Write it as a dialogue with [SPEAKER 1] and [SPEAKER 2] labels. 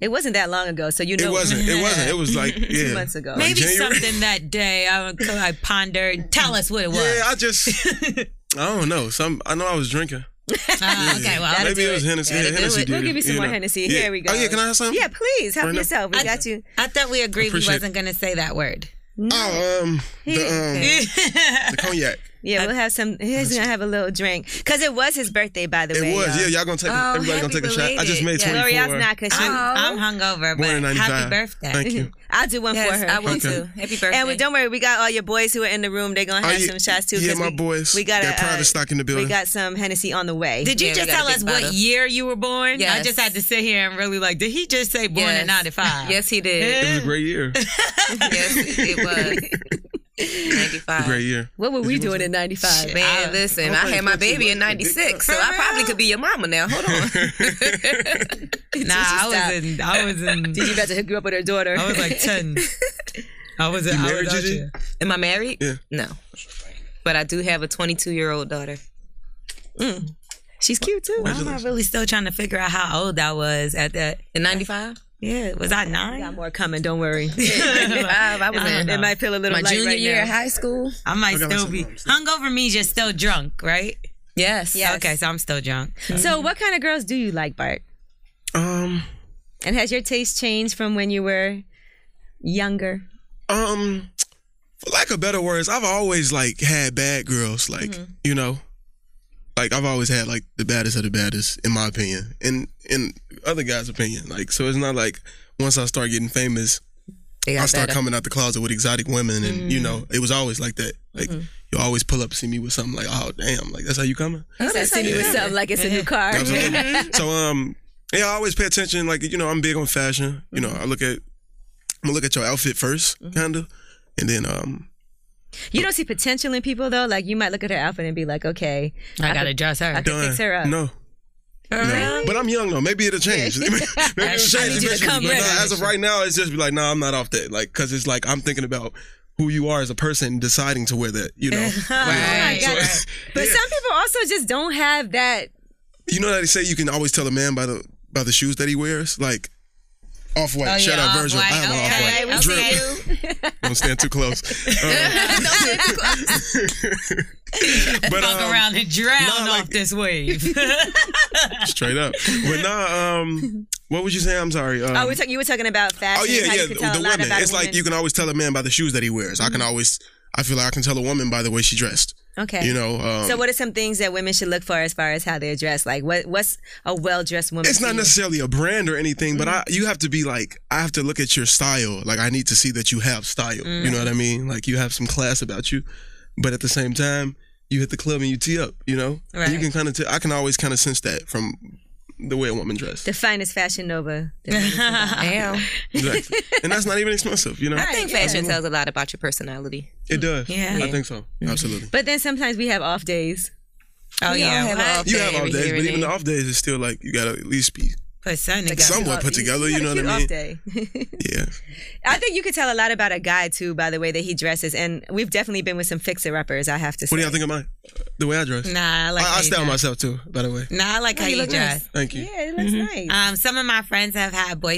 [SPEAKER 1] It wasn't that long ago, so you know
[SPEAKER 2] It wasn't. It wasn't. It was like yeah,
[SPEAKER 1] months ago.
[SPEAKER 2] like
[SPEAKER 3] Maybe
[SPEAKER 2] January.
[SPEAKER 3] something that day I, would- I pondered. Tell us what it was.
[SPEAKER 2] Yeah, I just I don't know. Some I know I was drinking.
[SPEAKER 3] Ah, okay, well,
[SPEAKER 2] Maybe it was Hennessy.
[SPEAKER 1] That'll
[SPEAKER 2] Yeah,
[SPEAKER 1] do
[SPEAKER 2] Hennessy
[SPEAKER 1] it. We'll
[SPEAKER 2] did
[SPEAKER 1] give you some more
[SPEAKER 2] know.
[SPEAKER 1] Hennessy.
[SPEAKER 2] Yeah.
[SPEAKER 1] Here we go.
[SPEAKER 2] Oh yeah, can I have some?
[SPEAKER 1] Yeah, please help
[SPEAKER 2] Brenda?
[SPEAKER 1] yourself. We
[SPEAKER 3] I-
[SPEAKER 1] got you.
[SPEAKER 3] I thought we agreed we
[SPEAKER 2] Appreciate it.
[SPEAKER 3] wasn't going to say that word.
[SPEAKER 2] Oh, um, the, um, the cognac.
[SPEAKER 1] Yeah, we'll have some. He's gonna have a little drink because it was his birthday, by the way.
[SPEAKER 2] It was.
[SPEAKER 1] y'all.
[SPEAKER 2] Yeah, y'all gonna take.
[SPEAKER 3] Oh,
[SPEAKER 2] everybody gonna
[SPEAKER 3] happy
[SPEAKER 2] take a shot. I just made
[SPEAKER 3] belated. Yeah.
[SPEAKER 2] twenty
[SPEAKER 1] L'Oreal's
[SPEAKER 2] four.
[SPEAKER 1] not because she.
[SPEAKER 3] I'm, I'm hungover,
[SPEAKER 2] Born in
[SPEAKER 3] but
[SPEAKER 2] 95.
[SPEAKER 3] happy birthday.
[SPEAKER 2] Thank you.
[SPEAKER 1] I'll do one
[SPEAKER 3] Yes,
[SPEAKER 1] for her.
[SPEAKER 3] I will
[SPEAKER 2] Okay.
[SPEAKER 3] too. Happy birthday.
[SPEAKER 1] And we, don't worry, we got all your boys who are in the room. They're gonna
[SPEAKER 2] Oh,
[SPEAKER 1] have
[SPEAKER 2] yeah.
[SPEAKER 1] some shots too.
[SPEAKER 2] Yeah,
[SPEAKER 1] 'cause
[SPEAKER 2] my
[SPEAKER 1] we,
[SPEAKER 2] boys.
[SPEAKER 1] We got a uh,
[SPEAKER 2] Got private stock in the building.
[SPEAKER 1] We got some Hennessy on the way.
[SPEAKER 3] Did you
[SPEAKER 4] Yeah, we
[SPEAKER 3] just
[SPEAKER 4] got a
[SPEAKER 3] tell
[SPEAKER 4] big
[SPEAKER 3] us what
[SPEAKER 4] bottle.
[SPEAKER 3] year you were born? I
[SPEAKER 4] Yes.
[SPEAKER 3] just had to sit here and really like, did he just say born in
[SPEAKER 4] Yes.
[SPEAKER 3] 95?
[SPEAKER 4] Yes, he did.
[SPEAKER 2] It was a great year.
[SPEAKER 4] yes, it was. 95.
[SPEAKER 2] great year.
[SPEAKER 1] what were we doing in '95?
[SPEAKER 4] Man, listen, I had my baby in 96, so I probably could be your mama now. Hold on.
[SPEAKER 3] Nah, I was in. I was in.
[SPEAKER 1] Did you about to hook you up with her daughter?
[SPEAKER 3] I was like 10. I was in. I was
[SPEAKER 2] married
[SPEAKER 3] out
[SPEAKER 2] Gigi?
[SPEAKER 3] here.
[SPEAKER 4] Am I married?
[SPEAKER 2] Yeah.
[SPEAKER 4] No. But I do have a 22 year old daughter. Mm.
[SPEAKER 1] She's cute too.
[SPEAKER 3] I'm not really still trying to figure out how old I was at that.
[SPEAKER 4] In 95?
[SPEAKER 3] Yeah, was I
[SPEAKER 1] We got
[SPEAKER 3] nine?
[SPEAKER 1] more coming. Don't worry.
[SPEAKER 4] 95. I was in
[SPEAKER 1] it might feel a little
[SPEAKER 4] my
[SPEAKER 1] light
[SPEAKER 4] junior
[SPEAKER 1] right
[SPEAKER 4] year
[SPEAKER 1] now.
[SPEAKER 4] of high school.
[SPEAKER 3] I might
[SPEAKER 2] got
[SPEAKER 3] still
[SPEAKER 2] myself
[SPEAKER 3] be
[SPEAKER 2] wrong, so-
[SPEAKER 3] hungover. Means you're still drunk, right?
[SPEAKER 4] Yes.
[SPEAKER 1] Yes.
[SPEAKER 3] Okay, so I'm still drunk.
[SPEAKER 1] So, what kind of girls do you like, Bart?
[SPEAKER 2] Um,
[SPEAKER 1] And has your taste changed from when you were younger?
[SPEAKER 2] um, for lack of better words, I've always like had bad girls. Like
[SPEAKER 4] Mm-hmm.
[SPEAKER 2] you know, like I've always had like the baddest of the baddest, in my opinion, and in other guys' opinion. Like so, it's not like once I start getting famous,
[SPEAKER 4] They got
[SPEAKER 2] I start
[SPEAKER 4] better. Mm.
[SPEAKER 2] coming out the closet with exotic women, and you know, it was always like that. Like
[SPEAKER 4] Mm-hmm.
[SPEAKER 2] you always pull up, see me with something like, oh damn, like that's how you coming.
[SPEAKER 1] Oh, that's how you with something like it's a new car.
[SPEAKER 2] Absolutely. so um, yeah, I always pay attention. Like you know, I'm big on fashion. You know, I
[SPEAKER 4] Mm-hmm.
[SPEAKER 2] look at, I'm gonna look at your outfit 1st kind of, and then um,
[SPEAKER 1] You don't see potential in people though. Like you might look at her outfit and be like, okay,
[SPEAKER 3] I gotta dress her.
[SPEAKER 1] could
[SPEAKER 2] done.
[SPEAKER 1] fix her up.
[SPEAKER 2] No.
[SPEAKER 3] Oh,
[SPEAKER 2] No. But I'm young though. Maybe it'll change. Maybe it'll change
[SPEAKER 3] need you to
[SPEAKER 2] eventually.
[SPEAKER 3] come
[SPEAKER 2] But
[SPEAKER 3] ready.
[SPEAKER 2] nah, as of right now, it's just be like, nah, I'm not off that. Like, cause it's like I'm thinking about who you are as a person, deciding to wear that. You know,
[SPEAKER 3] Right.
[SPEAKER 1] Oh my God. But some people also just don't have that.
[SPEAKER 2] you know that they say you can always tell a man by the by the shoes that he wears. Like off white.
[SPEAKER 3] Oh,
[SPEAKER 2] Shout
[SPEAKER 3] yeah,
[SPEAKER 2] out Virgil. I
[SPEAKER 3] Off-White.
[SPEAKER 2] have an
[SPEAKER 3] Okay,
[SPEAKER 2] off white.
[SPEAKER 3] we see
[SPEAKER 2] Drip. Don't stand too close. Um, but
[SPEAKER 3] Fuck
[SPEAKER 2] um,
[SPEAKER 3] around and drown
[SPEAKER 2] nah, like-
[SPEAKER 3] off this wave.
[SPEAKER 2] straight up. But nah, um, what would you say? I'm sorry. Um,
[SPEAKER 1] Oh, we're talk- you were talking about fashion.
[SPEAKER 2] Oh yeah,
[SPEAKER 1] how
[SPEAKER 2] yeah.
[SPEAKER 1] You could tell
[SPEAKER 2] The
[SPEAKER 1] a lot
[SPEAKER 2] women.
[SPEAKER 1] About a
[SPEAKER 2] It's like
[SPEAKER 1] woman. Mm-hmm.
[SPEAKER 2] you can always tell a man by the shoes that he wears. I can always. I feel like I can tell a woman by the way she dressed.
[SPEAKER 1] Okay.
[SPEAKER 2] You know. Um,
[SPEAKER 1] So, what are some things that women should look for as far as how they're dressed? Like, what what's a well dressed woman?
[SPEAKER 2] It's
[SPEAKER 1] to
[SPEAKER 2] not
[SPEAKER 1] you? Mm-hmm.
[SPEAKER 2] necessarily a brand or anything, but I you have to be like I have to look at your style. Like I need to see that you have style. You know what I
[SPEAKER 1] Mm.
[SPEAKER 2] mean? Like you have some class about you, but at the same time, you hit the club and you tee up. You know, And you
[SPEAKER 3] Right.
[SPEAKER 2] can kind of t- I can always kind of sense that from the way a woman dressed.
[SPEAKER 1] The finest fashion nova.
[SPEAKER 4] Damn.
[SPEAKER 2] exactly. And that's not even expensive. You know,
[SPEAKER 4] I think fashion tells a lot about your personality.
[SPEAKER 2] it does.
[SPEAKER 3] Yeah.
[SPEAKER 2] I think so. Absolutely.
[SPEAKER 1] But then sometimes we have off days.
[SPEAKER 3] oh
[SPEAKER 4] We all
[SPEAKER 3] yeah,
[SPEAKER 4] have
[SPEAKER 3] what?
[SPEAKER 4] off
[SPEAKER 2] You
[SPEAKER 4] day
[SPEAKER 2] have off
[SPEAKER 4] every
[SPEAKER 2] days,
[SPEAKER 4] here
[SPEAKER 2] but
[SPEAKER 4] and
[SPEAKER 2] even the
[SPEAKER 4] there.
[SPEAKER 2] off days is still like you gotta at least be
[SPEAKER 3] Put something together.
[SPEAKER 2] somewhat put together. You know what I mean?
[SPEAKER 1] Off day.
[SPEAKER 2] Yeah.
[SPEAKER 1] I think you could tell a lot about a guy too by the way that he dresses, and we've definitely been with some fixer uppers. I have to say.
[SPEAKER 2] What do y'all think of mine? The way I dress.
[SPEAKER 3] Nah, I like.
[SPEAKER 2] I,
[SPEAKER 3] how
[SPEAKER 2] I
[SPEAKER 3] you
[SPEAKER 2] style
[SPEAKER 3] dress.
[SPEAKER 2] myself too. By the way,
[SPEAKER 3] Nah, I like how you dress.
[SPEAKER 2] thank you.
[SPEAKER 1] Yeah, it looks nice.
[SPEAKER 3] Um, some of my friends have had boyfriends.